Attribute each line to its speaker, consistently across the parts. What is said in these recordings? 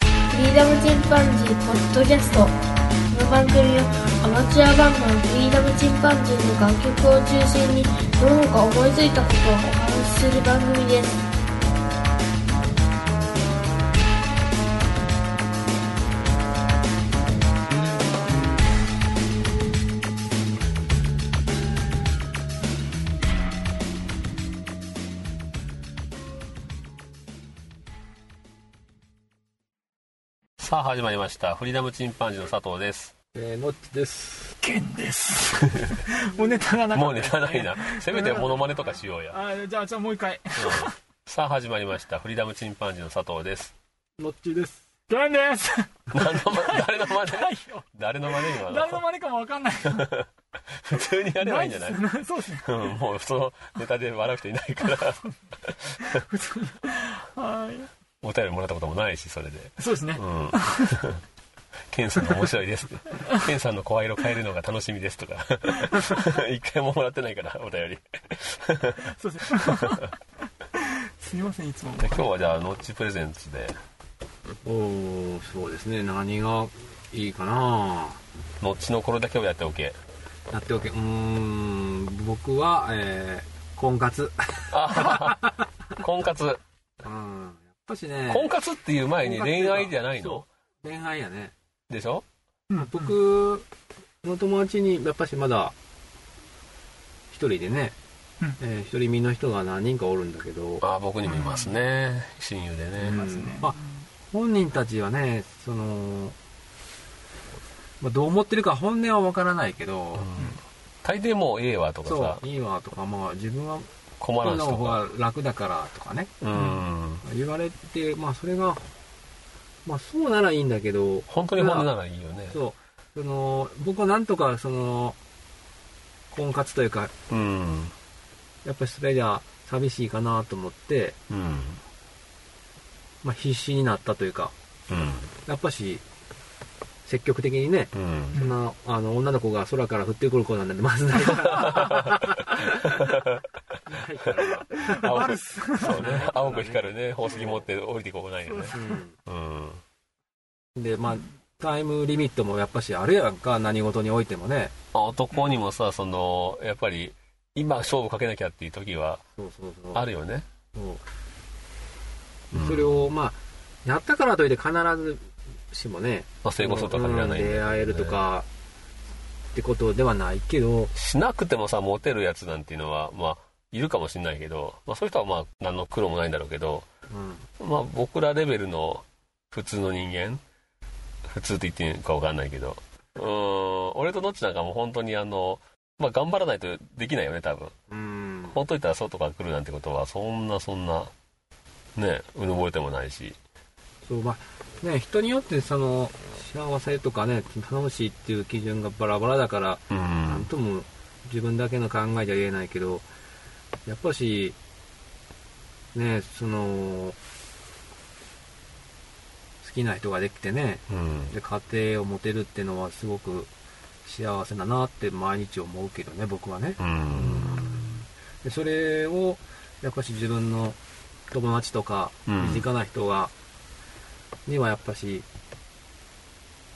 Speaker 1: フリーダムチンパンジーポッドキャストこの番組はアマチュアバンドのフリーダムチンパンジーの楽曲を中心にどのか思いついたことをお話しする番組です
Speaker 2: さあ始まりましたフリーダムチンパンジーの佐藤です
Speaker 3: えー、ノッチです。
Speaker 4: ケンです。もうネタがな
Speaker 2: も
Speaker 4: か
Speaker 2: う
Speaker 4: っ
Speaker 2: ネ
Speaker 4: た
Speaker 2: タないなせめてモノマネとかしようや、
Speaker 4: あーじゃあ、じゃあもう一回。
Speaker 2: うんさあ始まりましたフリーダムチンパンジーの佐藤です
Speaker 3: ノッチです。
Speaker 4: ケンです。
Speaker 2: 何の誰の真似
Speaker 4: はいよ。
Speaker 2: 誰の真似今
Speaker 4: 誰の
Speaker 2: の
Speaker 4: 真似かもわかんない。
Speaker 2: 普通にやればいいんじゃない
Speaker 4: っすねそうですね。
Speaker 2: うんもうそのネタで笑う人いないから
Speaker 4: はい。
Speaker 2: お便りもらったこともないしそれで
Speaker 4: そうですね
Speaker 2: う。んケンさんが面白いですケンさんの声色変えるのが楽しみですとか一回ももらってないからお便り
Speaker 4: そうですね。すみません、いつも。
Speaker 2: で今日はじゃあノッチプレゼンツで
Speaker 3: おー、そうですね。何がいいかな
Speaker 2: ノッチの頃だけをやっておけ
Speaker 3: やっておけ。うーん、僕は、えー、婚活。
Speaker 2: 婚活
Speaker 3: うん。やっぱしね、
Speaker 2: 婚活っていう前に
Speaker 3: 婚活っていう
Speaker 2: 恋
Speaker 3: か
Speaker 2: 愛じゃないの
Speaker 3: そ恋愛やね。
Speaker 2: でしょ
Speaker 4: うん
Speaker 3: 僕の友達に、やっぱしまだ、一人でね、
Speaker 4: うん
Speaker 3: えー一人身の人が何人かおるんだけど、
Speaker 2: ああ僕にもいますね親友でね、
Speaker 3: うん
Speaker 4: ますね
Speaker 3: まあ、本人たちはね、その、まあ、どう思ってるか本音はわからないけど、
Speaker 2: 大抵もうええわとかさ
Speaker 3: そういいわとか、まあ、自分は
Speaker 2: 困
Speaker 3: こ
Speaker 2: ら
Speaker 3: ん
Speaker 2: ん
Speaker 3: な
Speaker 2: しと
Speaker 3: 方
Speaker 2: か
Speaker 3: が楽だからとかね
Speaker 2: うん
Speaker 3: 言われてまあそれがまあそうならいいんだけど
Speaker 2: 本当に本音ならいいよね
Speaker 3: そうその僕はなんとかその婚活というか
Speaker 2: うん
Speaker 3: やっぱりそれじゃ寂しいかなと思って、
Speaker 2: うん
Speaker 3: まあ、必死になったというか
Speaker 2: うん
Speaker 3: やっぱし積極的にね
Speaker 2: うん
Speaker 3: そんなあの女の子が空から降ってくる子なんてまずないから ないから、
Speaker 2: 青くそうね青く光るね宝石持って降りてこないよね
Speaker 3: うん
Speaker 2: うん
Speaker 3: でまあタイムリミットもやっぱしあるやんか何事においてもね
Speaker 2: 男にもさそのやっぱり今勝負かけなきゃっていう時は
Speaker 3: そうそうそう
Speaker 2: あるよね
Speaker 3: そう
Speaker 2: うん
Speaker 3: それをまあやったからといって必ずしもね
Speaker 2: まあ成功するとは限らないんだけ
Speaker 3: うん
Speaker 2: ど
Speaker 3: 出
Speaker 2: ね
Speaker 3: 会えるとかってことではないけど
Speaker 2: しなくてもさモテるやつなんていうのはまあいるかもしれないけど、まあ、そういう人はまあ何の苦労もないんだろうけど、
Speaker 3: うん
Speaker 2: まあ、僕らレベルの普通の人間普通って言っていいのか分かんないけどうーん俺とノッチなんかもう本当にあの、まあ、頑張らないとできないよね多分
Speaker 3: うん
Speaker 2: ほっといたら外から来るなんてことはそんなそんなねうぬぼれてもないし
Speaker 3: そうまあね人によってその幸せとかね楽しいっていう基準がバラバラだから
Speaker 2: う
Speaker 3: なん
Speaker 2: ん
Speaker 3: とも自分だけの考えじゃ言えないけどやっぱしねその好きな人ができてね
Speaker 2: うん
Speaker 3: で家庭を持てるってのはすごく幸せだなって毎日思うけどね僕はね
Speaker 2: うん
Speaker 3: でそれをやっぱし自分の友達とか
Speaker 2: うん
Speaker 3: 身近な人が、にはやっぱし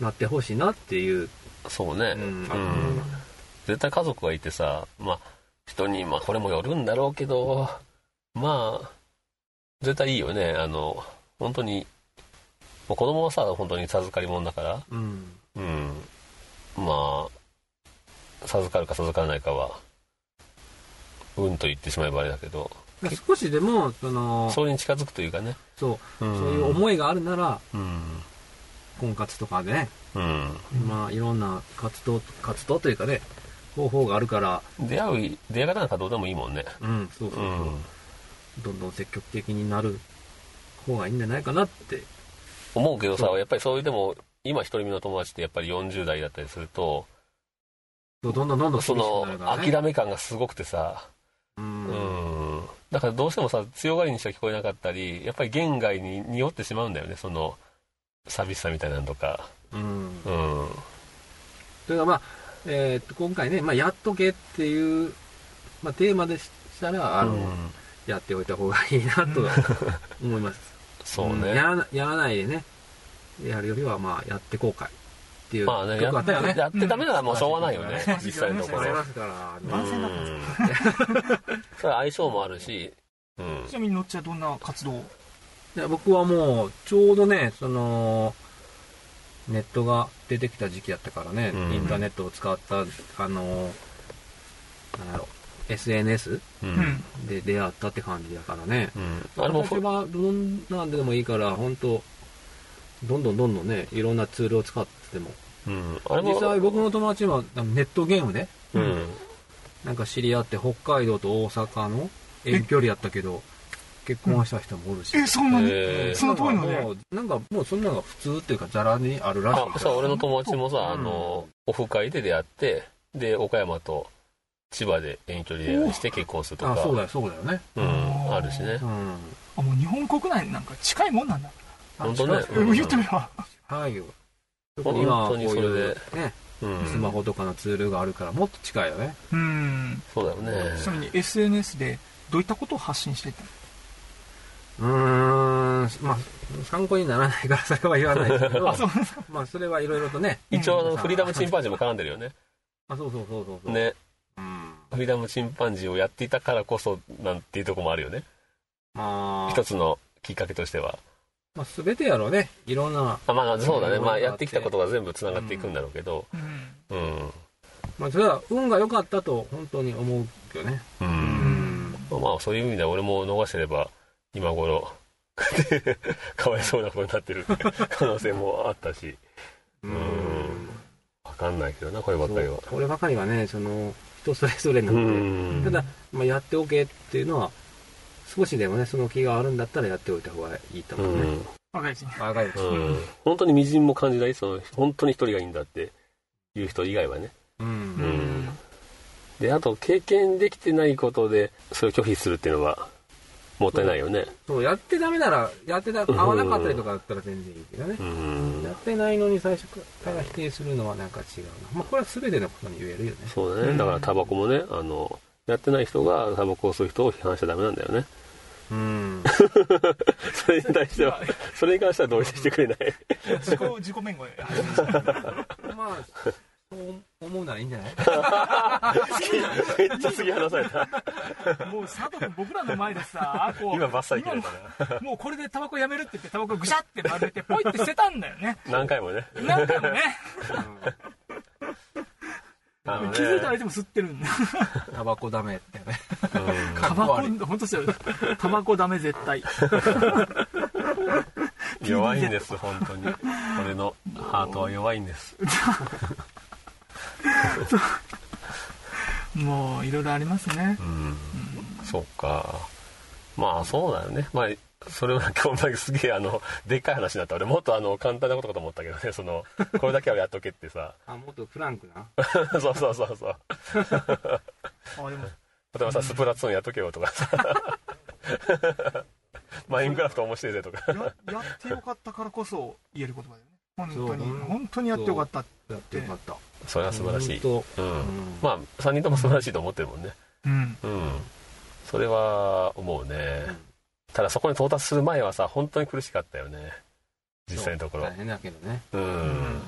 Speaker 3: なってほしいなっていう、
Speaker 2: そうね、
Speaker 3: うん
Speaker 2: うん絶対家族がいてさ、まあ、人に、まあ、これもよるんだろうけど、まあ、絶対いいよね。あの、本当に、まあ、子供はさ、本当に授かり物だから、
Speaker 3: うん
Speaker 2: うん。まあ、授かるか授からないかは、うんと言ってしまえばあれだけど、
Speaker 3: で少しでもその
Speaker 2: それに近づくというかね。
Speaker 3: そう
Speaker 2: そ
Speaker 3: そういう思いがあるなら、
Speaker 2: うん。
Speaker 3: 婚活とかでね、
Speaker 2: うん。
Speaker 3: まあ、いろんな活動、活動というかね、方法があるから、
Speaker 2: 出会う、出会い方なんかどうでもいいもんね。
Speaker 3: うん、そうそう
Speaker 2: う
Speaker 3: そう、
Speaker 2: ん。
Speaker 3: どんどん積極的になる方がいいんじゃないかなって。
Speaker 2: 思うけどさ
Speaker 3: そう
Speaker 2: やっぱりそういうでも今一人身の友達ってやっぱり40代だったりすると
Speaker 3: そうどんどんどんどん
Speaker 2: そ
Speaker 3: 厳しく
Speaker 2: の
Speaker 3: なるからね。
Speaker 2: 諦め感がすごくてさ
Speaker 3: う
Speaker 2: うんんだからどうしてもさ強がりにしか聞こえなかったりやっぱり言外に匂ってしまうんだよねその寂しさみたいなのとか
Speaker 3: うん。
Speaker 2: うん
Speaker 3: というかまあ、えーっと、今回ね、まあ、やっとけっていう、まあ、テーマでしたら、あの、
Speaker 2: うん
Speaker 3: やっておいた方がいいなと思います。
Speaker 2: そう
Speaker 3: うん
Speaker 2: ね
Speaker 3: やらなやらないでね、やるよりは、まあ、やって後悔っていう。
Speaker 2: まあね、
Speaker 3: よ
Speaker 2: や
Speaker 3: くあ
Speaker 2: っ
Speaker 3: ったよね。
Speaker 2: やってダメならもうしょうがないよね
Speaker 4: うん、
Speaker 2: 実際のとこ
Speaker 3: あり
Speaker 2: ろ
Speaker 3: ま。すから、あの
Speaker 4: 万全だったん
Speaker 2: うんそれは相性もあるし、うん
Speaker 4: ち。なみに、のっちはどんな活動を
Speaker 3: いや僕はもう、ちょうどね、その、ネットが出てきた時期やったからね、
Speaker 2: うん
Speaker 3: インターネットを使った、あの、なんだろう、SNS
Speaker 2: う
Speaker 4: うんん。
Speaker 3: で出会ったって感じだからね。
Speaker 2: うんあれ
Speaker 3: あれ
Speaker 2: も
Speaker 3: も
Speaker 2: フ
Speaker 3: フ
Speaker 2: ォ、
Speaker 3: はどんなんでもいいから、本当どんどんどんどんね、いろんなツールを使ってても。
Speaker 2: うん。あれ
Speaker 3: 実際
Speaker 2: も、
Speaker 3: 僕の友達はあのネットゲームで、
Speaker 2: うん。
Speaker 3: なんか知り合って北海道と大阪の遠距離やったけど、結婚した人もおるし。
Speaker 4: え、そんなに
Speaker 2: えー
Speaker 4: その遠いの
Speaker 3: なんかも
Speaker 4: ね。
Speaker 3: うなんかもうそんなのが普通っていうかザラにあるらしい
Speaker 2: あ
Speaker 3: から
Speaker 2: そう俺の友達も
Speaker 3: うん
Speaker 2: さあのオフ会で出会ってで岡山と千葉で遠距離恋愛して結婚するとか
Speaker 3: あそうだよそうだよね
Speaker 2: うん、あるしね
Speaker 3: うん
Speaker 4: あ、もう日本国内なんか近いもんなんだ。
Speaker 2: 本当ね
Speaker 4: うん言ってみれば。
Speaker 3: はいよ
Speaker 2: 本当に
Speaker 3: 今はこうい
Speaker 2: それ
Speaker 3: う
Speaker 2: で、
Speaker 3: ね、
Speaker 2: うん
Speaker 3: スマホとかのツールがあるからもっと近いよね
Speaker 4: うん。
Speaker 2: そうだよね
Speaker 4: ちなみに SNS でどういったことを発信していったの
Speaker 3: うーんまあ参考にならないからそれは言わないけど
Speaker 4: あ、そう
Speaker 3: まあそれはいろいろとね
Speaker 2: 一応あ
Speaker 3: う
Speaker 2: の
Speaker 3: ん
Speaker 2: フリーダムチンパンジーも絡んでるよね
Speaker 3: あそうそうそうそうそう、
Speaker 2: ね
Speaker 3: うん、
Speaker 2: フリーダムチンパンジーをやっていたからこそなんていうとこもあるよね
Speaker 3: まあ
Speaker 2: 一つのきっかけとしては
Speaker 3: まあ全てやろうねいろんな、
Speaker 2: あまあそうだね
Speaker 3: うん
Speaker 2: まあやってきたことが全部つながっていくんだろうけど
Speaker 4: うん。
Speaker 2: うん
Speaker 3: まあ、それは運が良かったと本当に思うよね
Speaker 2: う
Speaker 3: うんん
Speaker 2: まあそういう意味では俺も逃してれば今頃 かわいそうなことになってる可能性もあったし
Speaker 3: うん
Speaker 2: わかんないけどなこればっかりは
Speaker 3: そうこればかりはねその人それぞれな
Speaker 2: う
Speaker 3: ので、
Speaker 2: ん
Speaker 3: ただ、まあ、やっておけっていうのは少しでもねその気があるんだったらやっておいた方がいいと
Speaker 2: う
Speaker 3: 思うね
Speaker 2: ん、
Speaker 4: 若いうちに。
Speaker 3: 若いです
Speaker 2: うん、本当にみじんも感じないその本当に一人がいいんだっていう人以外はね
Speaker 3: うん、
Speaker 2: んであと経験できてないことでそれを拒否するっていうのはもったいないよね
Speaker 3: そうやってダメならやってた
Speaker 2: うん
Speaker 3: 合わなかったりとかだったら全然いいけどね
Speaker 2: う、
Speaker 3: や
Speaker 2: ん
Speaker 3: ってないのに最初から否定するのはなんか違うな、まあ、これは全てのことに言えるよね
Speaker 2: そうだねだからタバコもねあのやってない人がタバコを吸う人を批判しちゃダメなんだよね
Speaker 3: うん
Speaker 2: それに対してはそれに関しては同意して くれない
Speaker 4: 自己、自己弁護で。
Speaker 3: まあそう思うならいいんじ ゃない
Speaker 2: めっちゃすぎ話された。
Speaker 4: もう佐藤君僕らの前でさ、こう。
Speaker 2: 今バッサリ切れた
Speaker 4: 今ももうこれでタバコやめるって言って、タバコぐしゃって丸めて、ポイって捨てたんだよね。
Speaker 2: な。何回もね。
Speaker 4: 何回もね。
Speaker 2: あのね
Speaker 4: 気づいたらでも吸ってるんだ。
Speaker 3: タバコダメってね
Speaker 2: うん
Speaker 4: タバコ、本当そうよ。タバコダメ絶 対。
Speaker 2: 弱いんです、本当に。俺のハートは弱いんです。
Speaker 4: もう、いろいろありますね。
Speaker 2: うん。そうか。まあ、そうだよね。まあ、それは今日お前すげえ、あの、でっかい話になった。俺もっとあの、簡単なことかと思ったけどね、その、これだけはやっとけってさ。
Speaker 3: あもっとフランクな
Speaker 2: そうそうそうそう。
Speaker 4: あ、でも、
Speaker 2: 例えばさ、スプラトゥーンやっとけよとかさ。 マインクラフト面白いぜとか。
Speaker 4: ややってよかったからこそ言える言葉だよね。本当に
Speaker 3: そう。
Speaker 4: 本当にやってよかった。
Speaker 3: やってよかった
Speaker 2: それは素晴らしい。
Speaker 3: 本
Speaker 2: う
Speaker 3: 当
Speaker 2: ん。
Speaker 3: うん
Speaker 2: まあ、3人とも素晴らしいと思ってるもんね。
Speaker 4: うん。
Speaker 2: うん。それは思うね。ただそこに到達する前はさ、本当に苦しかったよね。実際のところ
Speaker 3: そう大。変だけどね
Speaker 2: うん。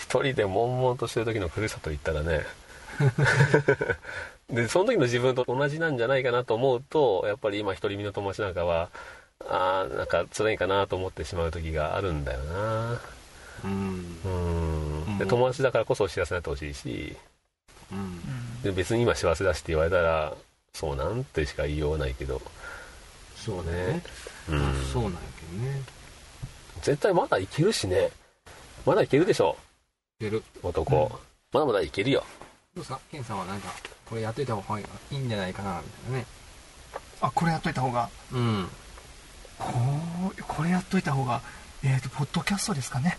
Speaker 2: 一人で悶々としてる時の苦しさと言ったらね。で、その時の自分と同じなんじゃないかなと思うと、やっぱり今一人身の友達なんかは、ああ、なんか辛いかなと思ってしまう時があるんだよな。
Speaker 3: うん
Speaker 2: うん。で
Speaker 3: うん
Speaker 2: 友達だからこそ幸せになってほしいし、
Speaker 3: うん
Speaker 2: で別に今幸せだしって言われたら、そうなんてしか言いようがないけど。
Speaker 3: そうだよね
Speaker 2: うん。
Speaker 3: そうなんやけどね
Speaker 2: 絶対まだいけるしねまだいけるでしょ
Speaker 3: 出る
Speaker 2: 男、
Speaker 4: うん
Speaker 2: まだまだいけるよ
Speaker 3: どうですかケンさんはなんかこれやっといた方がいいんじゃないかなみたいなね
Speaker 4: あ、これやっといた方が、
Speaker 3: うん
Speaker 4: こう、これやっといた方が、えっ、と、ポッドキャストですかね。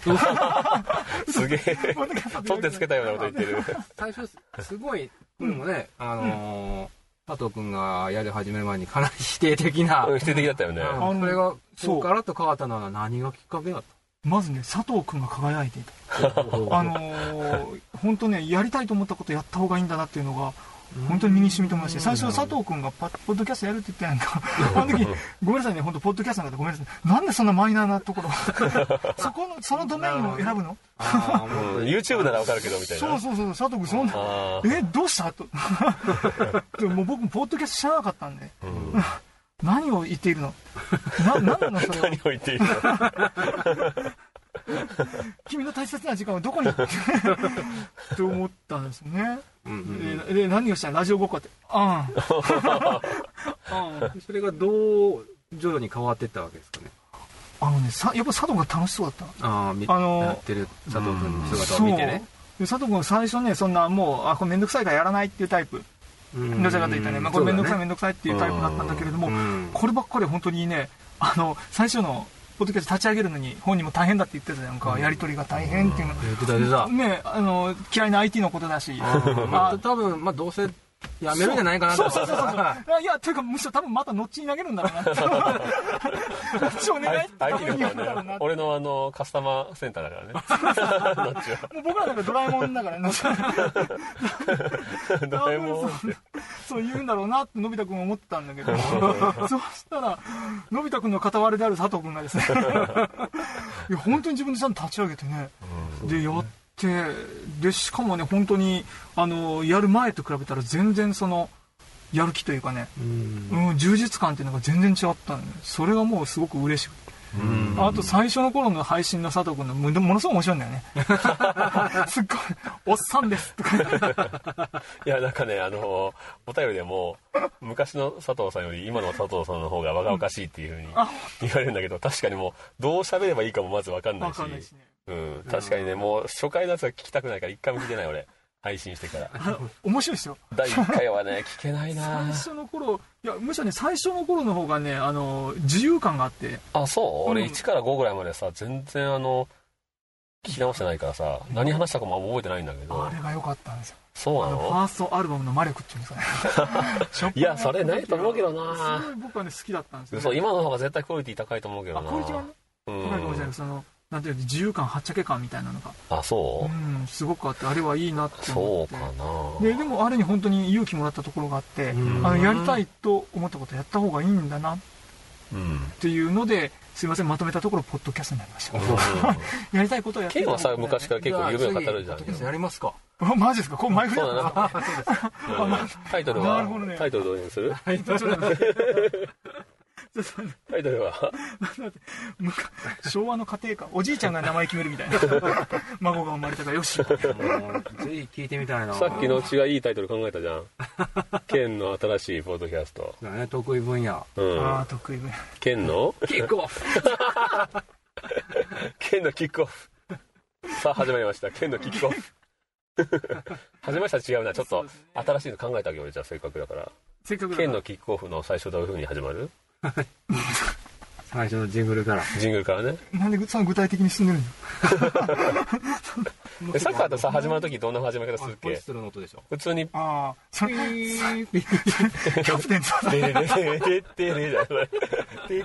Speaker 2: すげえ
Speaker 4: ポッドキャスト
Speaker 2: 取ってつけたようなこと言ってる
Speaker 3: 最初すすごいこれもねあのー佐藤君がやり始める前にかなり否定的な
Speaker 2: うん否定的だったよね
Speaker 4: あ
Speaker 3: うん
Speaker 4: の
Speaker 3: それが
Speaker 4: そう
Speaker 3: そうからと変わったのは何がきっかけだっ
Speaker 4: まずね、佐藤君が輝いていた。
Speaker 3: た
Speaker 4: あのー、本当ね、やりたいと思ったことやった方がいいんだなっていうのが、本当に身に染みてまして、最初、佐藤君がパポッドキャストやるって言ったや んか、あの時ごめんなさいね、本当、ポッドキャストなんだごめんなさい、なんでそんなマイナーなところ、 そこの、そのドメインを選ぶの
Speaker 3: あ
Speaker 2: う
Speaker 3: ー
Speaker 2: ん YouTube ならわかるけどみたいな
Speaker 4: そうそうそう、佐藤君、そんな、
Speaker 2: あー
Speaker 4: え、どうしたと、 でももう僕、ポッドキャスト知らなかったんで、
Speaker 2: うん
Speaker 4: 何を言っているの、ななんなの、それ
Speaker 2: 何
Speaker 4: は
Speaker 2: を、言っていいの
Speaker 4: 君の大切な時間はどこに と思ったんですよね。
Speaker 3: うんうん
Speaker 4: でで何をしたのラジオごっこって、 ああ、うん
Speaker 3: うんそれがどう徐々に変わっていったわけですかね
Speaker 4: あのね、さやっぱ佐藤が楽しそうだった。
Speaker 3: ああ見
Speaker 4: あのー
Speaker 3: やってる佐藤君の姿を見てね
Speaker 4: そうで佐藤君は最初ねそんなもうあこれ面倒くさいからやらないっていうタイプ
Speaker 3: うん
Speaker 4: どちらかというとね、まあ、これ面倒くさい面倒くさいっていうタイプだったんだけれども、
Speaker 3: うん
Speaker 4: こればっかり本当にねあの最初のポッドキャスト立ち上げるのに本人も大変だって言ってたじゃんか、やり取りが大変っていうの、
Speaker 3: 出た出た
Speaker 4: ねあの嫌いな IT のことだし、
Speaker 3: まあ、多分まあどうせやめるんじゃないかな
Speaker 4: そうそうそうそう
Speaker 3: あ
Speaker 4: いやというかむしろ多分また後に投げるんだろうなっ て 後お願いって多
Speaker 2: IT
Speaker 4: 分
Speaker 2: の
Speaker 4: 言うん
Speaker 2: 方
Speaker 4: だろ
Speaker 2: は
Speaker 4: うな
Speaker 2: ね
Speaker 4: って
Speaker 2: 俺のあのカスタマーセンターだからねどっちは
Speaker 4: もう僕らだからドラえもんだからね
Speaker 2: ドラえもん
Speaker 4: 多分そうそう言うんだろうなってのび太くんは思ってたんだけ どそうしたらのび太くんの片割れである佐藤くんが ですねいや本当に自分でちゃんと立ち上げてね、でやってでしかもね本当にあのやる前と比べたら全然そのやる気というかね、うん、充実感っていうのが全然違ったんでそれがもうすごく嬉しくて。あと最初の頃の配信の佐藤君のもものすごい面白いんだよ ねすっごい「おっさんです」とか言 っ
Speaker 2: い
Speaker 4: て
Speaker 2: やなんかねあのお便りでも昔の佐藤さんより今の佐藤さんの方が若々しいっていうふうに
Speaker 4: あ
Speaker 2: 言われるんだけど確かにもうどう喋ればいいかもまず分かんない
Speaker 4: わ
Speaker 2: し
Speaker 4: かんないしね
Speaker 2: うん、確かにねもう初回のやつは聞きたくないから一回も聞いてない俺配信してから
Speaker 4: あ 面白いですよ
Speaker 2: 第1回はね聞けない
Speaker 4: 最
Speaker 2: な
Speaker 4: 初の頃いやむしろね最初の頃の方がねあの自由感があって
Speaker 2: あそう俺
Speaker 4: うん
Speaker 2: 1から5ぐらいまでさ全然あの聞き直してないからさ何話したかもあんま覚えてないんだけど
Speaker 4: あれが良かったんですよ
Speaker 2: そう
Speaker 4: あ
Speaker 2: な
Speaker 4: のフ
Speaker 2: の
Speaker 4: ァーストアルバムの魔力っていうんですかね初っ 端
Speaker 2: いやそれないと思うけどな
Speaker 4: すごい僕はね好きだったんですよ、
Speaker 2: そう今の方が絶対クオリティ高いと思うけど
Speaker 4: あ
Speaker 2: な
Speaker 4: クオリティはね
Speaker 2: う
Speaker 4: 高いかもしれないけど
Speaker 2: ん
Speaker 4: そのなんていうの自由感はっちゃけ感みたいなのが
Speaker 2: あそううん
Speaker 4: すごくあってあれはいいなって
Speaker 2: そう
Speaker 4: 思って
Speaker 2: かな
Speaker 4: ででもあれに本当に勇気もらったところがあって、
Speaker 3: うん
Speaker 4: あのやりたいと思ったことやった方がいいんだなっ
Speaker 2: うん
Speaker 4: ていうのですいませんまとめたところポッドキャストになりました やりたいことをやって
Speaker 2: ケンはさ昔から
Speaker 4: ら
Speaker 2: 結構夢を語るじゃん
Speaker 3: 次やりますか
Speaker 4: マジですかこれ前振り
Speaker 2: そ
Speaker 4: だ
Speaker 2: う
Speaker 4: っ
Speaker 2: だ
Speaker 4: た
Speaker 2: な
Speaker 4: な
Speaker 2: うんタイトル
Speaker 4: な
Speaker 2: は
Speaker 4: るほどね
Speaker 2: タイトルどうにする
Speaker 4: はいちょっと待ってちょっと待
Speaker 2: タイトルは
Speaker 4: ってむか昭和の家庭かおじいちゃんが名前決めるみたいな孫が生まれたからよし
Speaker 3: もうぜひ聞いてみたいな
Speaker 2: さっきのうちがいいタイトル考えたじ ゃんケンの新しいポッドキャスト
Speaker 3: そうだね得意分野
Speaker 2: うん
Speaker 4: ああ得意分
Speaker 2: ケンの
Speaker 3: 結構
Speaker 2: 剣のキックオフさあ始まりました剣のキックオフ始まりましたら違うなちょっ
Speaker 4: そ
Speaker 2: と
Speaker 4: うですね
Speaker 2: 新しいの考えてあげようよじゃあせっかくだから
Speaker 4: せっかくだから
Speaker 2: 剣のキックオフの最初どういう風に始まる
Speaker 3: 最初のジングルから
Speaker 2: ジングルからね
Speaker 4: なんでそんな具体的に進んでるんだ
Speaker 2: えサッカーってさ始まる時どんな始まり方するっ
Speaker 3: ホイッ
Speaker 2: け
Speaker 3: スルの音でしょ
Speaker 2: 普通に
Speaker 4: ああそ
Speaker 3: ピ
Speaker 4: れ
Speaker 3: ー
Speaker 4: キャプテン
Speaker 2: 「
Speaker 4: だ
Speaker 2: テレレレレテレ」じゃない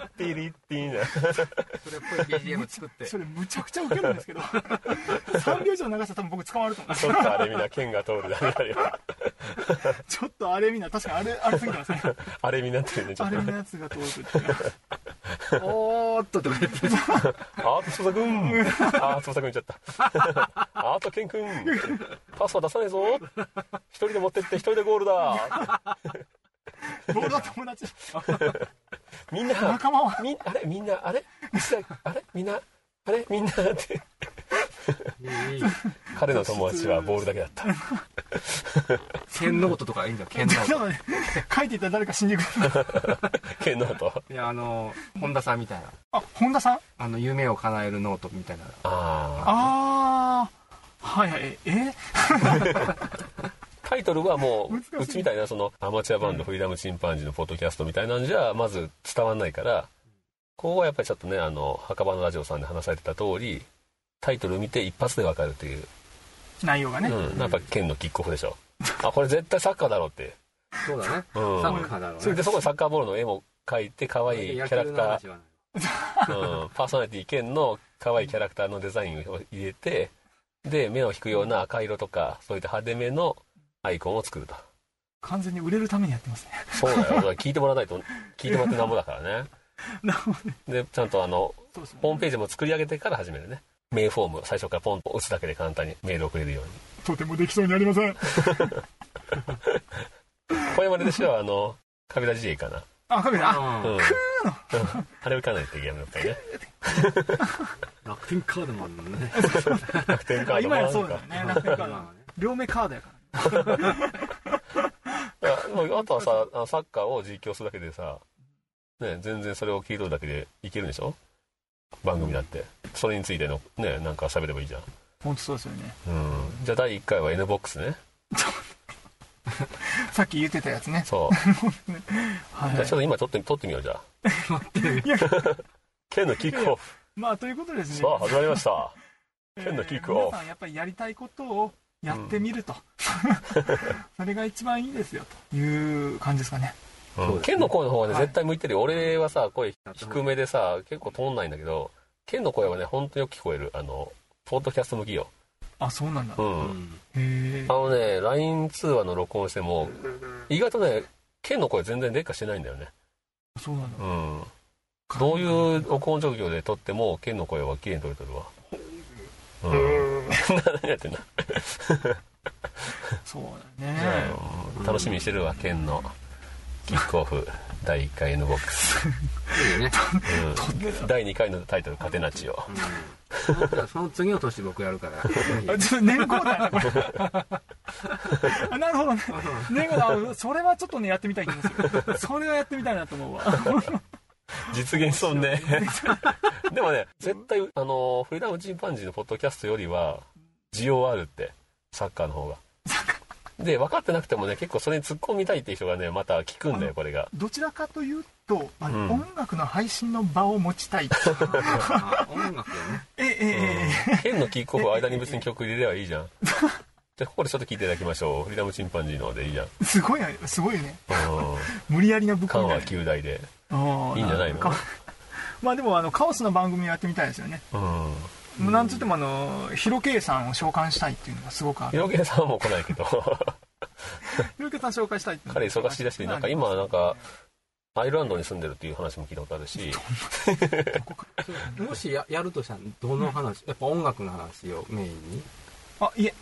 Speaker 2: 「テテリッティ」な
Speaker 3: それっぽい BGM 作って
Speaker 4: それむちゃくちゃウケるんですけど 3秒以上流したら多分僕捕まると思う
Speaker 2: ちょっとあれみんな剣が通るだけあれ
Speaker 4: ちょっとあれみんな確かにあれあれすぎてますね
Speaker 2: あれみんなってるねちょ
Speaker 4: あ
Speaker 2: っと
Speaker 4: れみん
Speaker 2: ね
Speaker 4: なやつが遠く って
Speaker 3: おーっととか言って
Speaker 2: あーつぶさくんあーつぶさくんいっちゃったあーとけんくんパスは出さないぞ一人で持ってって一人でゴールだ
Speaker 4: ボールは友 達
Speaker 2: みんな
Speaker 4: 仲間は
Speaker 2: みあれみんなあれ石田あれみんなあれみんなって
Speaker 3: いいいい
Speaker 2: 彼の友達はボールだけだった
Speaker 3: 剣の音とかいいんじゃん剣の
Speaker 4: だ
Speaker 3: 音
Speaker 4: からね書いていたら誰か死んでいく
Speaker 2: 剣の後
Speaker 3: いやあの本田さんみたいな
Speaker 4: あ本田さん
Speaker 3: あの夢を叶えるノートみたいな
Speaker 2: ああ
Speaker 4: ああはいはいえ
Speaker 2: タイトルはも
Speaker 4: 難しいう
Speaker 2: うちみたいなそのアマチュアバンドフリーダムチンパンジーのポッドキャストみたいなんじゃまず伝わんないからここはやっぱりちょっとねあの墓場のラジオさんで話されてた通りタイトル見て一発でわかるっていう、
Speaker 4: 内容がね、
Speaker 2: うん、やっぱ剣のキックオフでしょあこれ絶対サッカーだろうって、
Speaker 3: そうだね
Speaker 2: う
Speaker 3: サッ
Speaker 2: ん、
Speaker 3: カーだろ
Speaker 2: それでそこでサッカーボールの絵も描いて可
Speaker 3: う
Speaker 2: 愛
Speaker 3: ね
Speaker 2: いキャラクター
Speaker 3: 野球の話はない
Speaker 2: うんパーソナリティ兼の可愛いキャラクターのデザインを入れてで目を引くような赤色とかそういった派手めのアイコンを作ると
Speaker 4: 完全に売れるためにやってますね。
Speaker 2: そうだよ。だから聞いてもらわないと、聞いてもらってなんぼだからね。
Speaker 4: なるほどね
Speaker 2: で、ちゃんとあの、
Speaker 4: そうですね
Speaker 2: ホームページも作り上げてから始めるね。メールフォーム、最初からポンと打つだけで簡単にメール送れるように。
Speaker 4: とてもできそうにありません。
Speaker 2: これまででしょ、あの、カビラ GA かな。
Speaker 4: あ、かけた。あ
Speaker 2: うん。
Speaker 3: あ
Speaker 2: うんあれをいかないといけないやっぱり ね。
Speaker 3: 楽天カードマンのね。
Speaker 2: 楽天カードも
Speaker 4: 今
Speaker 2: ある
Speaker 4: や
Speaker 2: か
Speaker 4: そうだよね。楽天カードは両目カードやから。
Speaker 2: だからもうあとはさ、あのサッカーを実況するだけでさ、ね、全然それを聞いとるだけでいけるんでしょ番組だって。それについての、ね、なんか喋ればいいじゃん。
Speaker 4: 本当そうですよね。
Speaker 2: うん。じゃあ第1回は NBOX ね。
Speaker 4: さっき言ってたやつね。
Speaker 2: そう。
Speaker 4: はい
Speaker 2: じゃあちょっと今撮って、撮ってみようじゃあ。 剣のキックオフ。
Speaker 4: まあ、ということでですね
Speaker 2: さ。あ、始まりました。
Speaker 4: え
Speaker 2: 剣のキックオフ
Speaker 4: 皆さんやっぱりやりたいことをやってみると。それが一番いいですよ、という感じですかね。
Speaker 2: うん
Speaker 3: そうですね
Speaker 2: 剣の声の方がね、
Speaker 4: はい
Speaker 2: 絶対向いてるよ。俺はさ、声低めでさ、結構通んないんだけど、剣の声はね、本当によく聞こえる。あの、ポッドキャスト向きよ。
Speaker 4: あ、そうなんだ。
Speaker 2: う
Speaker 4: へ
Speaker 2: ん。
Speaker 4: え
Speaker 2: あ。のね、LINE 通話の録音しても、意外とね、剣の声全然劣化してないんだよね。
Speaker 4: そうなんだ。
Speaker 2: うん。どういう録音状況で撮っても、剣の声は綺麗に撮れてるわ。うん。 何やってんだ。
Speaker 4: そうだね。
Speaker 2: うん楽しみにしてるわ、剣のキックオフ、第1回のボックス。
Speaker 3: いいよね。
Speaker 2: うん第2回のタイトル、カテナチオ。
Speaker 3: うんその次の年僕やる から。
Speaker 4: あちょっと年号だよね、こ れ。あなるほどね。年号だ。あそれはちょっとね、やってみたい気がする。それはやってみたいなと思うわ。
Speaker 2: 実現しそうね。 でもね、絶対、あの、フリーダムチンパンジーのポッドキャストよりは、需要あるって、サッカーの方が。で、分かってなくてもね、結構それに突っ込みたいっていう人がね、また聞くんだよ、これが。
Speaker 4: どちらかというと、あの
Speaker 2: うん
Speaker 4: 音楽の配信の場を持ち たい。
Speaker 3: あ音楽よね。
Speaker 4: ええええええ
Speaker 2: 剣のキックオフ間に別に曲入れればいいじゃん。じゃあ、ここでちょっと聞いていただきましょう。フリーダムチンパンジーのでいいじゃん。う
Speaker 4: すごいね、すごいね。
Speaker 2: ん。
Speaker 4: 無理やりな武器
Speaker 2: 缶
Speaker 4: みた
Speaker 2: はい9台で。
Speaker 4: な。あー
Speaker 2: いいんじゃないの
Speaker 4: か まあでも、あの、カオスの番組やってみたいですよね。
Speaker 2: うん。
Speaker 4: なんつっても、あの、ヒロケイさんを召喚したいっていうのがすごくあ
Speaker 2: ヒ
Speaker 4: る。
Speaker 2: ロケさんはもう来ないけど。
Speaker 4: ヒロケイさん紹介したいっていうのが
Speaker 2: 彼忙しいらしい。なんか今、なんか、アイルランドに住んでるっていう話も聞いたことあるし。
Speaker 3: もしややるとしたら、どの話やっぱ音楽の話をメインに。
Speaker 4: あ、いえ、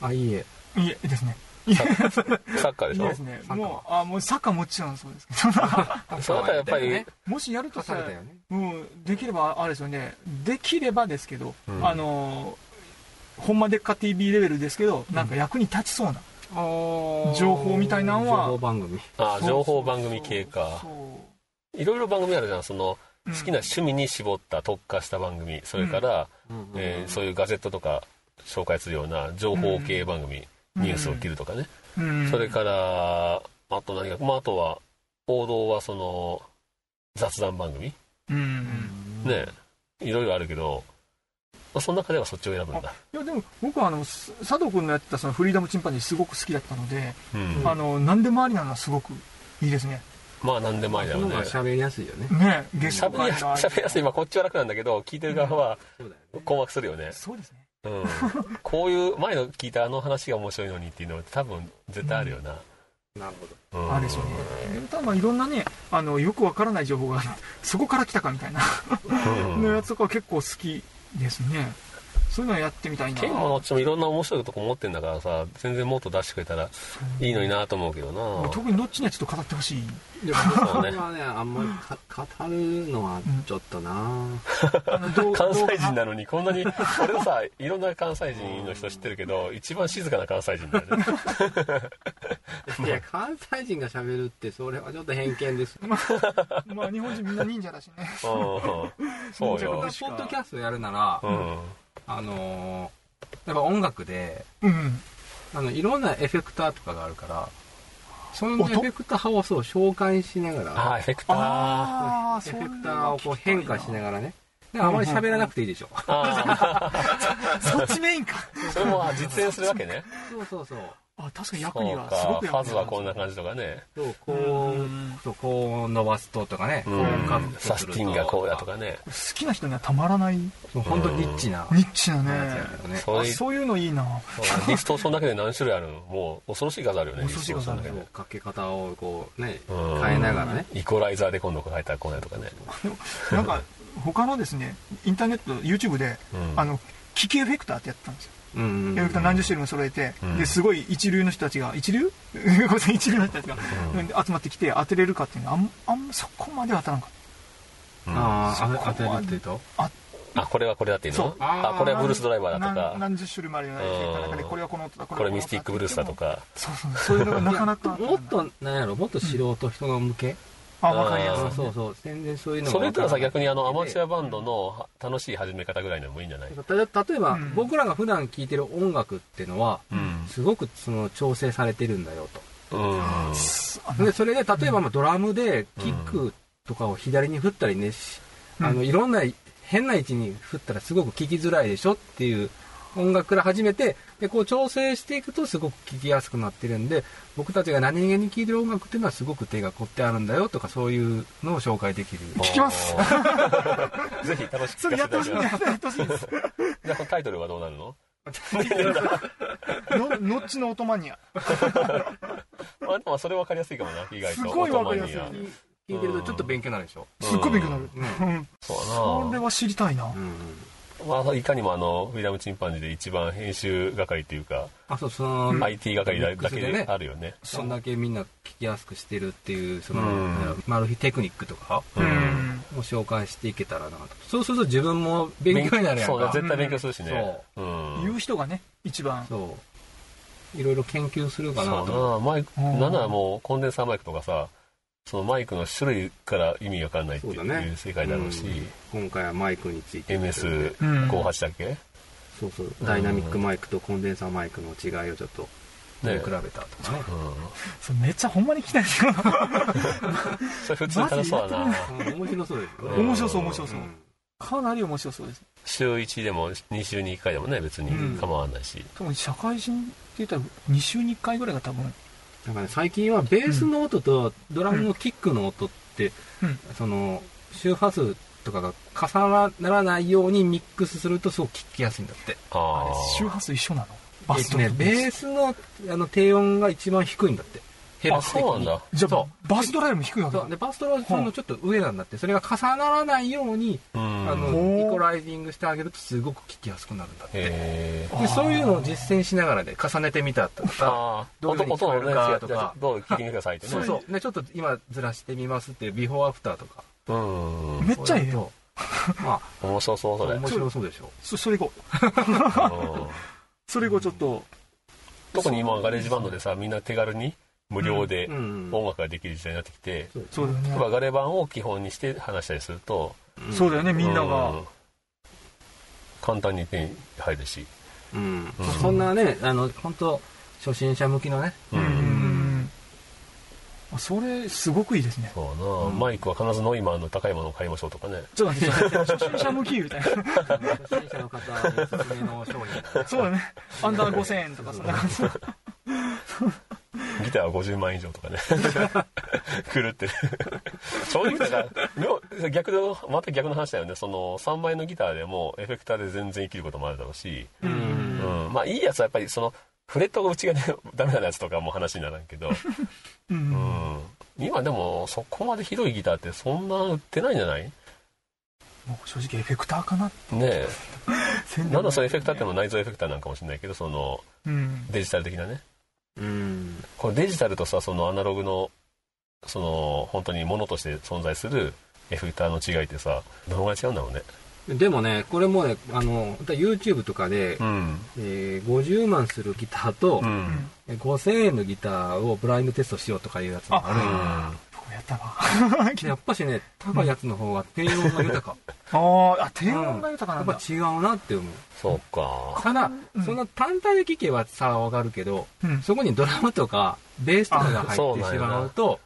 Speaker 3: あ、いいえ。
Speaker 4: いえですね。
Speaker 2: サッカーで
Speaker 4: い
Speaker 2: し
Speaker 4: い
Speaker 2: ょ
Speaker 4: ですね。
Speaker 3: サッカー
Speaker 4: もう、あ、もうサッカーもちろんそうです けど。
Speaker 2: そうだったらやっぱり
Speaker 3: ね
Speaker 4: もしやるとした
Speaker 3: 勝
Speaker 4: ら
Speaker 3: たれたよね。
Speaker 4: うん、できればあれですよね、できればですけど、
Speaker 2: うん
Speaker 4: あのー、ほんまでっか TV レベルですけど、なんか役に立ちそうな、情
Speaker 3: 情
Speaker 4: 報みたいなんは
Speaker 3: 情報番組。
Speaker 2: あ
Speaker 4: そう
Speaker 2: 情報番組系か
Speaker 4: そう
Speaker 2: いろいろ番組あるじゃんその好
Speaker 4: うん
Speaker 2: きな趣味に絞った特化した番組それから、えーそういうガジェットとか紹介するような情報系番組、
Speaker 4: うん
Speaker 2: ニュースを切るとかね、
Speaker 4: うん
Speaker 2: それからあと何か、まあ、あとは王道はその雑談番組
Speaker 4: うん、
Speaker 2: ねいろいろあるけど、まあ、その中ではそっちを選ぶんだ、
Speaker 4: いやでも僕はあのす佐藤君のやってたそのフリーダムチンパンジーすごく好きだったので、
Speaker 2: うん
Speaker 4: あの何でもありなのはすごくいいですね
Speaker 2: まあ何でもありだ
Speaker 3: そ
Speaker 2: よ
Speaker 3: の方
Speaker 2: ね
Speaker 3: が喋りやすいよね。
Speaker 4: ねえ月
Speaker 2: しゃ
Speaker 4: 謝
Speaker 2: べりやす喋りやすい、まあ、こっちは楽なんだけど聞いてる側は
Speaker 3: そうだよね。
Speaker 2: 困惑するよね
Speaker 4: そうですね
Speaker 2: うん、こういう前の聞いたあの話が面白いのにっていうのは多分絶対あるよな、
Speaker 3: なるほど。
Speaker 2: うん
Speaker 4: あれですよねただまあいろんなねあのよくわからない情報が そこから来たかみたいな
Speaker 2: うん
Speaker 4: のやつとかは結構好きですねそういうのやってみたいな
Speaker 2: 剣もどっちもいろんな面白いとこ持ってんだからさ全然もっと出してくれたらいいのになと思うけどな
Speaker 4: 特にどっちにはちょっと語ってほしい
Speaker 3: でも、
Speaker 2: うね
Speaker 3: 僕はね、あんまりか 語るのはちょっとな
Speaker 4: あのどう
Speaker 2: 関西人
Speaker 4: ど
Speaker 2: なのにこんなに俺さいろんな関西人の人知ってるけど一番静かな関西人だよね
Speaker 3: いや、関西人が喋るって、それはちょっと偏見です。まあ、
Speaker 4: うまあ日本人みんな忍者だしね
Speaker 2: うんそう
Speaker 3: ポ
Speaker 2: よ、
Speaker 3: ッドキャストやるなら、
Speaker 2: うん、
Speaker 3: あのーやっぱ音楽で、
Speaker 4: うん
Speaker 3: あの、いろんなエフェクターとかがあるから、その
Speaker 4: 音
Speaker 3: エフェクターをそう紹介しなが
Speaker 2: ああ
Speaker 3: ら、
Speaker 2: エフェクターあ
Speaker 4: ああ
Speaker 3: エ
Speaker 4: そ
Speaker 3: フ
Speaker 4: うい
Speaker 3: ェ
Speaker 4: う
Speaker 3: クター
Speaker 4: の
Speaker 3: をこう変化しながらね。であまり喋らなくていいでしょ。
Speaker 2: あ
Speaker 4: そっちメインか
Speaker 2: それも実演するわけね
Speaker 3: そうそうそう。
Speaker 4: ああ確かに役
Speaker 2: そ
Speaker 4: に
Speaker 2: う
Speaker 4: は
Speaker 2: か
Speaker 4: すごく役に立
Speaker 2: ファズ
Speaker 4: つ
Speaker 2: はこんな感じとかね、
Speaker 3: そう
Speaker 4: う
Speaker 3: 高音
Speaker 4: ん
Speaker 3: と高音を伸ばすととかね、
Speaker 2: う
Speaker 3: 高音カッ
Speaker 2: ん
Speaker 3: トする
Speaker 2: サ
Speaker 3: と
Speaker 2: スティンがこうだとかね
Speaker 4: 好きな人にはたまらないニ
Speaker 3: そう本当にニッチな
Speaker 4: ッチな
Speaker 3: やつや
Speaker 4: ね
Speaker 3: けどね
Speaker 2: そう
Speaker 4: あ
Speaker 2: いう
Speaker 4: そういうのいいな
Speaker 2: ディストーションだけで何種類あるのもう恐ろしい数あるよね
Speaker 4: 恐ろしい
Speaker 2: ディストーシ
Speaker 4: 数ある
Speaker 2: ョンだけ
Speaker 3: そうかけ方をこうね
Speaker 2: うん
Speaker 3: 変えながらね
Speaker 2: でイコライザーで今度変えたらこうなるとかね、
Speaker 4: なんか他のですねインターネット YouTube で
Speaker 2: うん
Speaker 4: あの機器エフェクターってやってたんですよ
Speaker 3: うんうん
Speaker 4: エフェクター何十種類も揃えて、
Speaker 2: うん
Speaker 4: ですごい一流の人たちが一流 ごめんなさい一流の人たちが、集まってきて当てれるかっていうのはあんあんまそこまでは当たらんかっ
Speaker 2: うんあ
Speaker 3: ああ当てるって言うと
Speaker 4: たあ
Speaker 2: これはこれだっていう
Speaker 4: そ
Speaker 2: の
Speaker 4: う
Speaker 2: あこれはブルースドライバーだと
Speaker 4: 何
Speaker 2: か
Speaker 4: 何十種類もあるようなエフェクターの中で
Speaker 2: うん
Speaker 4: これはこの音だこ
Speaker 2: これミスティックブルースだとか
Speaker 4: そうそうそういうのがなかなか
Speaker 3: もっとなんやろもっと素人人の向け、
Speaker 4: あわかりやす
Speaker 3: そ
Speaker 4: い、ね
Speaker 3: う、そうそう全然そういうの
Speaker 2: それとはさ逆にあのアマチュア
Speaker 3: ア
Speaker 2: バンドの楽しい始め方ぐらいのもいいんじゃない
Speaker 3: 例えば、
Speaker 4: うん
Speaker 3: 僕らが普段聴いてる音楽ってのは
Speaker 2: うん
Speaker 3: すごくその調整されてるんだよ
Speaker 2: うん
Speaker 4: あ
Speaker 3: と
Speaker 4: の
Speaker 3: でそれで例えばまあドラムでキックとかを左に振ったりね、しあのいろんな変な位置に振ったらすごく聴きづらいでしょっていう音楽から始めてでこう調整していくとすごく聴きやすくなってるんで僕たちが何気に聴いてる音楽っていうのはすごく手が凝ってあるんだよとかそういうのを紹介できる
Speaker 4: 聞きます
Speaker 2: ぜひ楽しく
Speaker 4: そ
Speaker 2: 聞
Speaker 4: れや
Speaker 2: かせい
Speaker 4: っててほしい
Speaker 2: た
Speaker 4: や
Speaker 2: だきます
Speaker 4: ってほしいです
Speaker 2: じゃあこのタイトルはどうなるの
Speaker 4: ののっちの音マニア
Speaker 2: まあでもそれ分かりやすいかもな意外と
Speaker 4: すごい分かりやすい
Speaker 2: オートマニ
Speaker 3: 聞いてるとちょっと勉強になるでしょ、
Speaker 2: ア
Speaker 4: すっごい勉強になる、
Speaker 3: うん
Speaker 4: うん、
Speaker 2: そう
Speaker 4: こ
Speaker 2: だ
Speaker 4: れ
Speaker 2: な
Speaker 4: は知りたいな、
Speaker 3: うん
Speaker 2: まあいかにもあのウィリアム・チンパンジーで一番編集係っていうか
Speaker 3: あそうその、
Speaker 4: うん
Speaker 2: IT 係だだけ
Speaker 3: ミックスで
Speaker 2: で
Speaker 3: ね
Speaker 2: あるよね
Speaker 3: そんだけみんな聞きやすくしてるっていうその、
Speaker 2: うん
Speaker 3: マル秘テクニックとか
Speaker 4: うん
Speaker 3: も紹介していけたらなとそうすると自分も勉強になるやん
Speaker 2: そうだ
Speaker 3: か
Speaker 2: 絶対勉強するしねう
Speaker 4: 言
Speaker 2: ん
Speaker 4: う人がね一番
Speaker 3: そういろいろ研究するかなと
Speaker 2: そうなマイク
Speaker 4: うん
Speaker 2: なんならもうコンデンサーマイクとかさそのマイクの種類から意味わかんないってい
Speaker 3: そうだね
Speaker 2: う世界だろうし
Speaker 3: うん今回はマイクについて
Speaker 2: MS58 だっけ
Speaker 3: そうそうダイナミックマイクとコンデンサーマイクの違いをちょっと比
Speaker 2: ね
Speaker 3: べたとかね
Speaker 2: うん
Speaker 4: それめっちゃほんまに聞 きたいですよ
Speaker 2: それ普通に楽しそうだな
Speaker 3: うん面白そうですよ
Speaker 2: うん
Speaker 3: ね
Speaker 4: 面白そう面白
Speaker 3: う
Speaker 4: そう、
Speaker 3: ん
Speaker 4: かなり面白そうです
Speaker 2: 週1でも2週に1回でもね別に構わないし
Speaker 4: 多分社会人って言ったら2週に1回ぐらいが多分
Speaker 3: なんかね、最近はベースの音とドラムのキックの音って、
Speaker 4: うん
Speaker 3: その周波数とかが重ならないようにミックスするとすごく聞きやすいんだって
Speaker 4: あ
Speaker 2: あ
Speaker 4: れ周
Speaker 2: あ
Speaker 4: 波数一緒なのバ
Speaker 3: えっ
Speaker 4: スと
Speaker 3: とねベースのあの低音が一番低いんだってヘル
Speaker 2: あ
Speaker 3: ス的
Speaker 2: そうなん
Speaker 3: に
Speaker 2: だ
Speaker 4: じゃあ
Speaker 3: そ
Speaker 4: バスドライブも低いわけ
Speaker 3: そう
Speaker 4: だ
Speaker 3: でバストローそのちょっと上なんだってそれが重ならないように、
Speaker 2: うん
Speaker 3: あ
Speaker 4: ほ
Speaker 3: の
Speaker 4: う
Speaker 3: イコライジングしてあげるとすごく聞きやすくなるんだって
Speaker 2: へえ
Speaker 4: あ
Speaker 3: でそういうのを実践しながらね重ねてみたとか
Speaker 2: ああ
Speaker 3: どういう
Speaker 2: 音
Speaker 3: ふう
Speaker 2: 音のね
Speaker 3: に聞こえるかとか
Speaker 2: じゃあどう聞いてみてくださいってね
Speaker 3: そうそうでちょっと今ずらしてみますっていうビフォーアフターとか
Speaker 2: うん
Speaker 4: めっちゃええよ
Speaker 3: ま
Speaker 2: 面白そう
Speaker 3: あ
Speaker 2: それ
Speaker 3: 面白そうでしょ
Speaker 4: そそれ以後
Speaker 2: うん
Speaker 4: それ以後ちょっと
Speaker 2: 特に今はガレージバンドでさみんな手軽に無料で
Speaker 3: うん
Speaker 2: 音楽ができる時代になってきて、
Speaker 3: そう
Speaker 4: そうだよ
Speaker 2: 例えば
Speaker 4: ね
Speaker 2: ガレ版を基本にして話したりすると
Speaker 4: そうだよねみんな
Speaker 2: う
Speaker 4: が
Speaker 2: ん簡単に手に入るし、
Speaker 3: うん
Speaker 2: うん
Speaker 3: そんなねあの本当初心者向きのね
Speaker 4: う
Speaker 2: うん
Speaker 4: うんうんんあそれすごくいいですね
Speaker 2: そうな、マイクは必ずノイマンの高いものを買いましょうとかね
Speaker 4: ちょっと待って初心者向きみたい
Speaker 3: 初心者の方におすすめの商
Speaker 4: な そうだねアンダー5000円とかそんな感じ
Speaker 2: ギターは50万円以上とかね 狂ってる正直だから妙逆のまた逆の話だよねその3枚のギターでもエフェクターで全然生きることもあるだろうし、
Speaker 4: う
Speaker 2: うんんまあいいやつはやっぱりそのフレットが内が、ね、 ダメなやつとかも話にならんけど
Speaker 4: う
Speaker 2: うんん今でもそこまでひどいギターってそんな売ってないんじゃないね
Speaker 4: 僕正直エフェクターかな
Speaker 2: え
Speaker 4: 全然
Speaker 2: なんだそのエフェクターってのも内蔵エフェクターなんかもしれないけどその
Speaker 4: うん
Speaker 2: デジタル的なね
Speaker 3: うん
Speaker 2: これデジタルとさそのアナログのその本当にものとして存在するエフェクターの違いってさどのぐらい違うんだろうね
Speaker 3: でもねこれもねあの YouTube とかで、
Speaker 2: ん
Speaker 3: えー50万するギターと
Speaker 2: う、
Speaker 4: うんん
Speaker 3: えー5000円のギターをブラインドテストしようとかいうやつもあるんよ
Speaker 4: 僕もやったな
Speaker 3: でやっぱしね高いやつの方が低音が豊か
Speaker 4: あーあ低音が豊
Speaker 3: や
Speaker 4: かな
Speaker 3: っぱ
Speaker 4: んだ
Speaker 3: 違うなって思う
Speaker 2: そうか
Speaker 3: ただ、
Speaker 4: うん
Speaker 3: その単体で聴けば差はわかるけど
Speaker 4: うん
Speaker 3: そこにドラムとかベースとかが入ってしまうと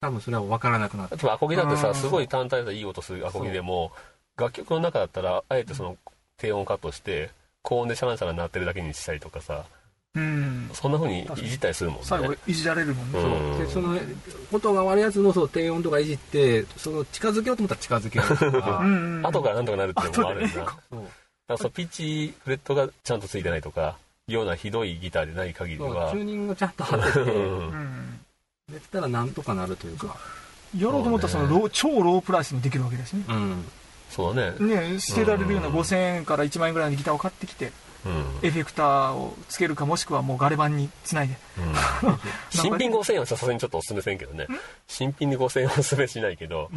Speaker 3: 多分それは分からなくなって
Speaker 2: 例えばアコギだって
Speaker 4: う
Speaker 2: さ
Speaker 4: ん
Speaker 2: すごい単体でいい音するアコギでも楽曲の中だったらあえてその低音カットして高音でシャランシャラン鳴ってるだけにしたりとかさ
Speaker 4: うん
Speaker 2: そんな風にいじったりするもんね。
Speaker 4: 最後いじられるもんね、
Speaker 2: うん
Speaker 3: でその音が悪いやつのそう低音とかいじってその近づけようと思ったら近づける とか
Speaker 4: うんうん
Speaker 2: 後からなんとかなるっていうのもあるよな。だか
Speaker 3: そう
Speaker 2: らそうピッチ、フレットがちゃんとついてないとか、ようなひどいギターでない限り
Speaker 3: そう
Speaker 2: は
Speaker 3: チュー、ニングをちゃんと当てて
Speaker 2: うん
Speaker 4: うん
Speaker 3: やったらなんとかなるというか、
Speaker 4: やろうと思ったらそのロー超ロープライスにできるわけですね
Speaker 3: うん、
Speaker 2: そうね。
Speaker 4: ね捨てられるような
Speaker 2: うん
Speaker 4: 5000円から1万円ぐらいのギターを買ってきて
Speaker 2: うん
Speaker 4: エフェクターをつけるかもしくはもうガレ版につないで
Speaker 2: うん新品5000円はさすがにちょっとお勧めせんけどね新品で5000円はお勧めしないけど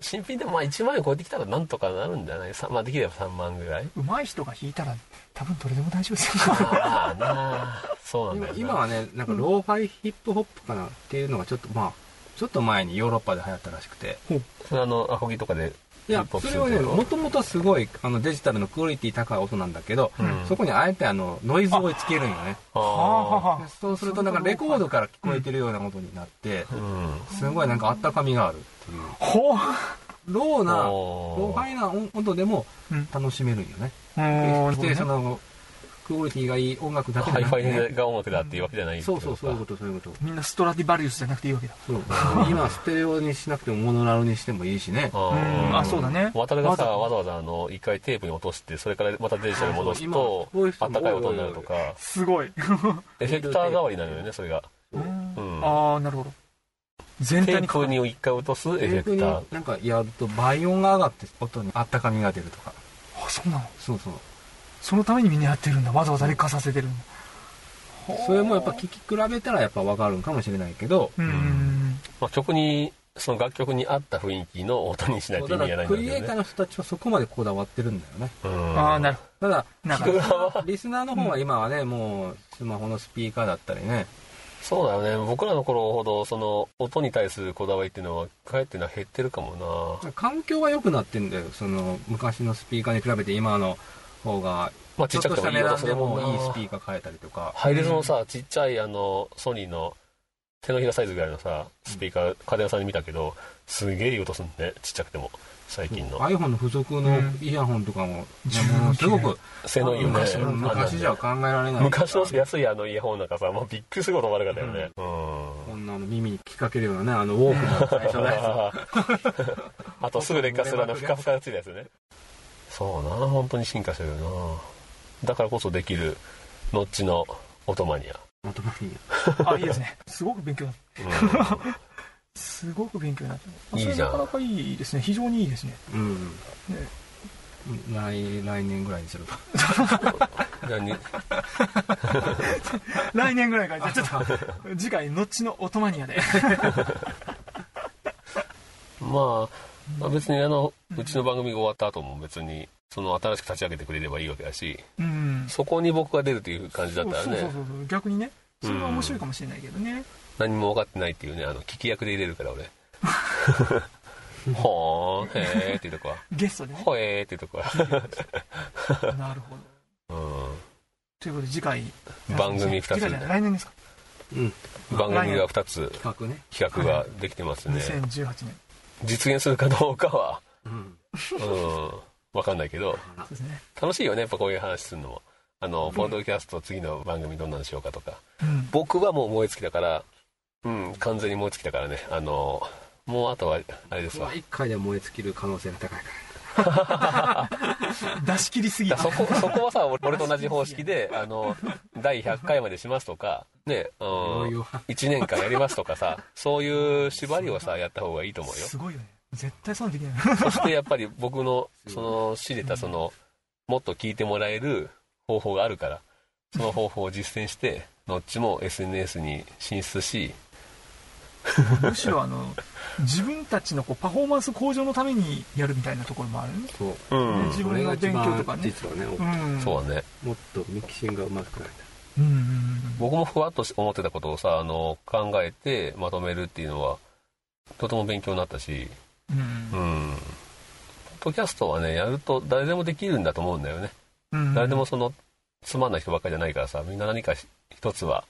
Speaker 2: 新品でもまあ1万円超えてきたらなんとかなるんじゃないさまあできれば3万ぐらい
Speaker 4: 上手い人が弾いたら多分どれでも大丈夫ですよ
Speaker 2: まあなあそうなんだよな
Speaker 3: 今今はねなんかローファイヒップホップかなっていうのがちょっとまあちょっと前にヨーロッパで流行ったらしくて
Speaker 2: それあのアコギとかで
Speaker 3: いやそれはね
Speaker 2: ヒップホップ
Speaker 3: も
Speaker 2: する
Speaker 3: ともとはすごいあのデジタルのクオリティ高い音なんだけど、
Speaker 2: うん
Speaker 3: そこにあえてあのノイズを追いつけるんよね
Speaker 2: と
Speaker 4: はあは
Speaker 2: あ
Speaker 4: あはあ
Speaker 3: そうするとなんかレコードから聞こえてるようなことになって、
Speaker 2: あうん
Speaker 3: すごいなんかあったかみがあるっていう
Speaker 4: ほう
Speaker 3: ローな
Speaker 2: おー
Speaker 3: ローファイな音音でも
Speaker 4: うん
Speaker 3: 楽しめるんよね、
Speaker 4: うん
Speaker 3: 決してそのクオリティがいい音楽だけじ
Speaker 2: ハ
Speaker 3: ゃ
Speaker 2: イ
Speaker 3: な
Speaker 2: フ
Speaker 3: く
Speaker 2: ァ
Speaker 3: て、
Speaker 2: イが表だっていうわけじゃない
Speaker 3: そうそうそういう
Speaker 2: っ
Speaker 3: こ
Speaker 2: てこと
Speaker 3: そういうこと
Speaker 4: みんなストラティバリウスじゃなくていいわけだ
Speaker 3: そう今はステレオにしなくてもモノラルにしてもいいしね
Speaker 2: とか
Speaker 4: うん
Speaker 2: ん
Speaker 4: あそうだね
Speaker 2: 渡るがさ
Speaker 4: わ
Speaker 2: わざわざあの一回テープに落としてそれからまたデジタルに戻す
Speaker 3: そ
Speaker 2: と
Speaker 3: うそう今こういう人
Speaker 2: あっ
Speaker 3: も
Speaker 2: た
Speaker 3: 多い
Speaker 2: かい音になるとか
Speaker 4: すごい、
Speaker 2: エフェクター代わりなのよねそれが
Speaker 4: うん
Speaker 2: うん
Speaker 4: ああなるほど全
Speaker 2: テ
Speaker 4: 体に
Speaker 2: ープに一回落とすエフェ
Speaker 3: 逆
Speaker 2: ク
Speaker 3: に
Speaker 2: ター
Speaker 3: なんかやると倍音が上がって音にあったかみが出るとか
Speaker 4: あそうなの
Speaker 3: そうそう
Speaker 4: そのためにみんなやってるんだわざわざ劣化させてるんだ
Speaker 3: それもやっぱ聞き比べたらやっぱ分かるんかもしれないけど
Speaker 4: うんうん
Speaker 2: まあ、曲にその楽曲に合った雰囲気の音にしない
Speaker 3: そ
Speaker 2: と
Speaker 3: う
Speaker 2: 意
Speaker 3: だ
Speaker 2: 味
Speaker 3: か
Speaker 2: がな
Speaker 3: ら
Speaker 2: いんだ
Speaker 3: ク
Speaker 2: け
Speaker 3: リエイ
Speaker 2: ど
Speaker 3: ター
Speaker 2: ね
Speaker 3: の人たちはそこまでこだわってるんだよね
Speaker 2: うん
Speaker 4: ああなるほ
Speaker 3: ただ
Speaker 4: どなんか
Speaker 2: 聞 く側は
Speaker 3: リスナーの方は今はね、もうスマホのスピーカーだったりね
Speaker 2: そうだよね僕らの頃ほどその音に対するこだわりっていうのはかえってな減ってるかもな
Speaker 3: 環境は良くなってんだよその昔のスピーカーに比べて今の方が
Speaker 2: まあ
Speaker 3: ち
Speaker 2: ち
Speaker 3: ょ
Speaker 2: っ
Speaker 3: っ
Speaker 2: ちゃ
Speaker 3: と
Speaker 2: くても
Speaker 3: した
Speaker 2: いい
Speaker 3: 値
Speaker 2: 音
Speaker 3: 段
Speaker 2: す
Speaker 3: で
Speaker 2: るもん
Speaker 3: も
Speaker 2: ない
Speaker 3: いスピーカー変えたりとか
Speaker 2: ハイレゾのさちっちゃいあのソニーの手のひらサイズぐらいのさスピーカー家電屋さんで見たけどすげえいい音すんねちっちゃくても最近の
Speaker 3: iPhone の付属のイヤホンとかも、ねものすごく
Speaker 2: 性能いいよね
Speaker 3: 昔の昔じゃ考えられない
Speaker 2: 昔の安いあのイヤホンなんかさもうびっくりすることも悪かったよねうん
Speaker 3: こんなの耳に引っ掛けるようなねあのウォークマン最初のや
Speaker 2: あー あとすぐ劣化するあのふかふかがついたやつねそうな本当に進化してるなだからこそできるノッチのオトマニア、
Speaker 3: つまともに
Speaker 4: あいいですねすごく勉強になっ
Speaker 2: うん
Speaker 4: たすごく勉強になったあ
Speaker 2: いい
Speaker 4: それ
Speaker 2: じゃん
Speaker 4: なかなかいいですね非常にいいですね
Speaker 3: うん
Speaker 4: ね
Speaker 3: 来来年ぐらいにするか
Speaker 2: 何
Speaker 4: 来年ぐらいからじゃあちょっ と次回のっちのオトマニアで
Speaker 2: まあまあ別にあのうちの番組が終わった後も別にその新しく立ち上げてくれればいいわけだし
Speaker 4: うん
Speaker 2: そこに僕が出るという感じだったら
Speaker 4: そうそう
Speaker 2: ね
Speaker 4: そうそう逆にねそれは面白いかもしれないけどね
Speaker 2: 何も分かってないっていうねあの聞き役で入れるから 俺ほーんへーっていうとこは
Speaker 4: ゲストでね
Speaker 2: ほえーっていうとこは、
Speaker 4: なるほど
Speaker 2: うん
Speaker 4: ということで次回
Speaker 2: 番組二つ
Speaker 4: 次回じゃない来年ですか
Speaker 3: うん
Speaker 2: 番組が2つ
Speaker 3: 企画ね
Speaker 2: 企画ができてますね、
Speaker 4: 2018年
Speaker 2: 実現するかどうかは
Speaker 3: うん
Speaker 2: うん分かんないけど
Speaker 4: そうですね
Speaker 2: 楽しいよねやっぱこういう話するのもあのポッドキャスト次の番組どんなんしようかとか
Speaker 4: うん
Speaker 2: 僕はもう燃え尽きたからうん完全に燃え尽きたからねあのもうあとはあれです わ
Speaker 3: 一回で燃え尽きる可能性が高いか
Speaker 4: 出し切りすぎ
Speaker 2: だからそこそこはさ俺俺と同じ方式であの第100回までしますとかねうん
Speaker 3: ら余裕は
Speaker 2: 1年間やりますとかさそういう縛りをさやった方がいいと思うよ
Speaker 4: すごいよね絶対そんなのできない
Speaker 2: そしてやっぱり僕のその知れたそのもっと聞いてもらえる方法があるからその方法を実践してどっちも SNS に進出し
Speaker 4: むしろあの自分たちのこうパフォーマンス向上のためにやるみたいなところもあるね
Speaker 3: そう
Speaker 2: うん
Speaker 4: 自分の勉強とかね
Speaker 3: それが一番実はね、
Speaker 4: うん
Speaker 2: そうだね
Speaker 3: もっとミキシングがうまくなり
Speaker 4: うんうんうん
Speaker 2: 僕もふわっと思ってたことをさあの考えてまとめるっていうのはとても勉強になったし
Speaker 4: うん
Speaker 2: うんポッドキャストはねやると誰でもできるんだと思うんだよね
Speaker 4: うん
Speaker 2: 誰でもそのつまんない人ばっかりじゃないからさみんな何かし一つは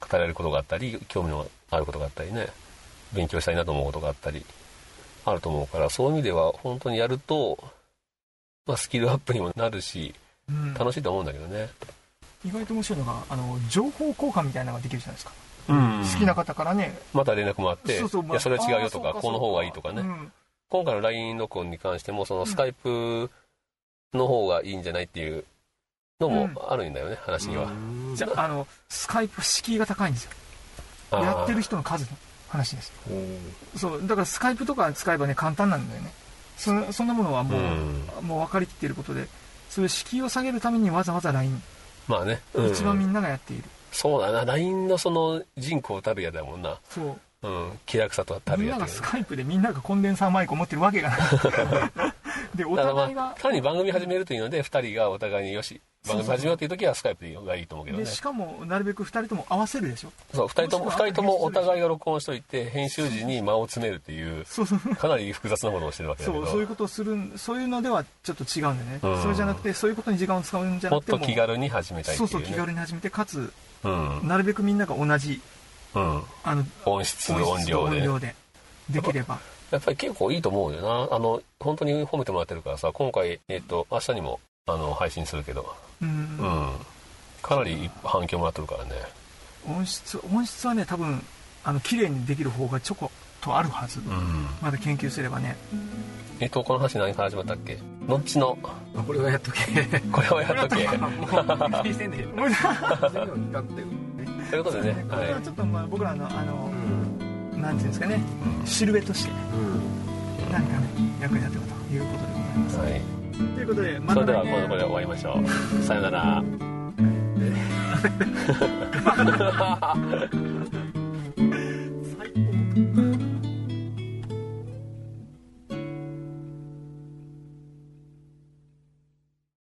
Speaker 2: 語られることがあったり興味のあることがあったりね勉強したいなと思うことがあったりあると思うからそういう意味では本当にやると、まあ、スキルアップにもなるし
Speaker 4: うん
Speaker 2: 楽しいと思うんだけどね
Speaker 4: 意外と面白いのがあの情報交換みたいなのができるじゃないですか、
Speaker 2: うん
Speaker 4: 好きな方からね
Speaker 2: また連絡もあって、
Speaker 4: そうそう
Speaker 2: いや、それは違うよと
Speaker 4: あ
Speaker 2: か、
Speaker 4: ーそうか
Speaker 2: この方がいいとかね。
Speaker 4: うん
Speaker 2: 今回の LINE 録音に関しても、その
Speaker 4: ん
Speaker 2: スカイプの方がいいんじゃないっていうのもあるんだよね、話には。
Speaker 3: うん
Speaker 4: じゃああのスカイプ敷居が高いんですよ
Speaker 2: あー
Speaker 4: やってる人の数の話です
Speaker 3: おー
Speaker 4: そうだからスカイプとか使えばね簡単なんだよねそんそんなものはもう,、
Speaker 2: うん
Speaker 4: もう分かりきっていることでそういう敷居を下げるためにわざわざ LINE、
Speaker 2: まあね、うん
Speaker 4: 一番みんながやっている
Speaker 2: そうだな、LINE のその人口たるやだもんな。
Speaker 4: そう
Speaker 2: うん、気楽さとはたる
Speaker 4: みん
Speaker 2: やと
Speaker 4: なが
Speaker 2: いう
Speaker 4: ス
Speaker 2: ね。
Speaker 4: カイプでみんながコンデンサーマイクを持ってるわけがない でお
Speaker 2: だから
Speaker 4: 互い
Speaker 2: ま
Speaker 4: が
Speaker 2: あ、単に番組始めるというので、二人がお互いによし、
Speaker 4: そう
Speaker 2: 番
Speaker 4: そう
Speaker 2: 組始めようという時はスカイプがいいと思うけど
Speaker 4: で
Speaker 2: ね。
Speaker 4: しかもなるべく2人とも合わせるでしょ
Speaker 2: そう、二人とも、
Speaker 4: も
Speaker 2: 二
Speaker 4: しくは
Speaker 2: 人ともお互いが録音しといて、編集時に間を詰めるっていう、
Speaker 4: そうそう
Speaker 2: かなり複雑なことをしてるわけだけ
Speaker 4: そ
Speaker 2: ど。
Speaker 4: うそういうことをするんそういうのではちょっと違うんでね、
Speaker 2: うん
Speaker 4: それじゃなくてそういうことに時間を使うんじゃ
Speaker 2: も
Speaker 4: な
Speaker 2: っ
Speaker 4: くても
Speaker 2: と気軽に始めたいってい
Speaker 4: そ
Speaker 2: うう、ね。
Speaker 4: そう気軽に始めてかつ
Speaker 2: うん。
Speaker 4: なるべくみんなが同じ
Speaker 2: うん。
Speaker 4: あの
Speaker 2: 音質、音量で。
Speaker 4: 音でできれば
Speaker 2: やっぱり結構いいと思うよな。あの、本当に褒めてもらってるからさ、今回、えっと、明日にも、あの、配信するけど、
Speaker 4: うん
Speaker 2: うん。かなり反響もらってるからね。
Speaker 4: 音質音質はね多分あの綺麗にできる方がちょこっとあるはず、
Speaker 2: うん。
Speaker 4: まだ研究すればね
Speaker 2: えっと、この話何から始まったっけのっちの、
Speaker 3: あこれはやっとけ
Speaker 2: これをやっとけ。
Speaker 3: も う気にせんでいい
Speaker 4: もう
Speaker 3: 全部企画だよ
Speaker 2: ということでね、
Speaker 4: こ
Speaker 2: は
Speaker 4: れ
Speaker 2: い
Speaker 4: は。ちょっとまあ僕らのあの
Speaker 3: う、ん
Speaker 4: なんていうんですかねシルエットして
Speaker 3: うん
Speaker 4: 何かね役に立てばということでございます
Speaker 2: はい。
Speaker 4: ということでま
Speaker 2: そ
Speaker 4: た
Speaker 2: れでは、
Speaker 4: 来
Speaker 2: 今度これ
Speaker 4: 年
Speaker 2: で終わりましょう。さよなら。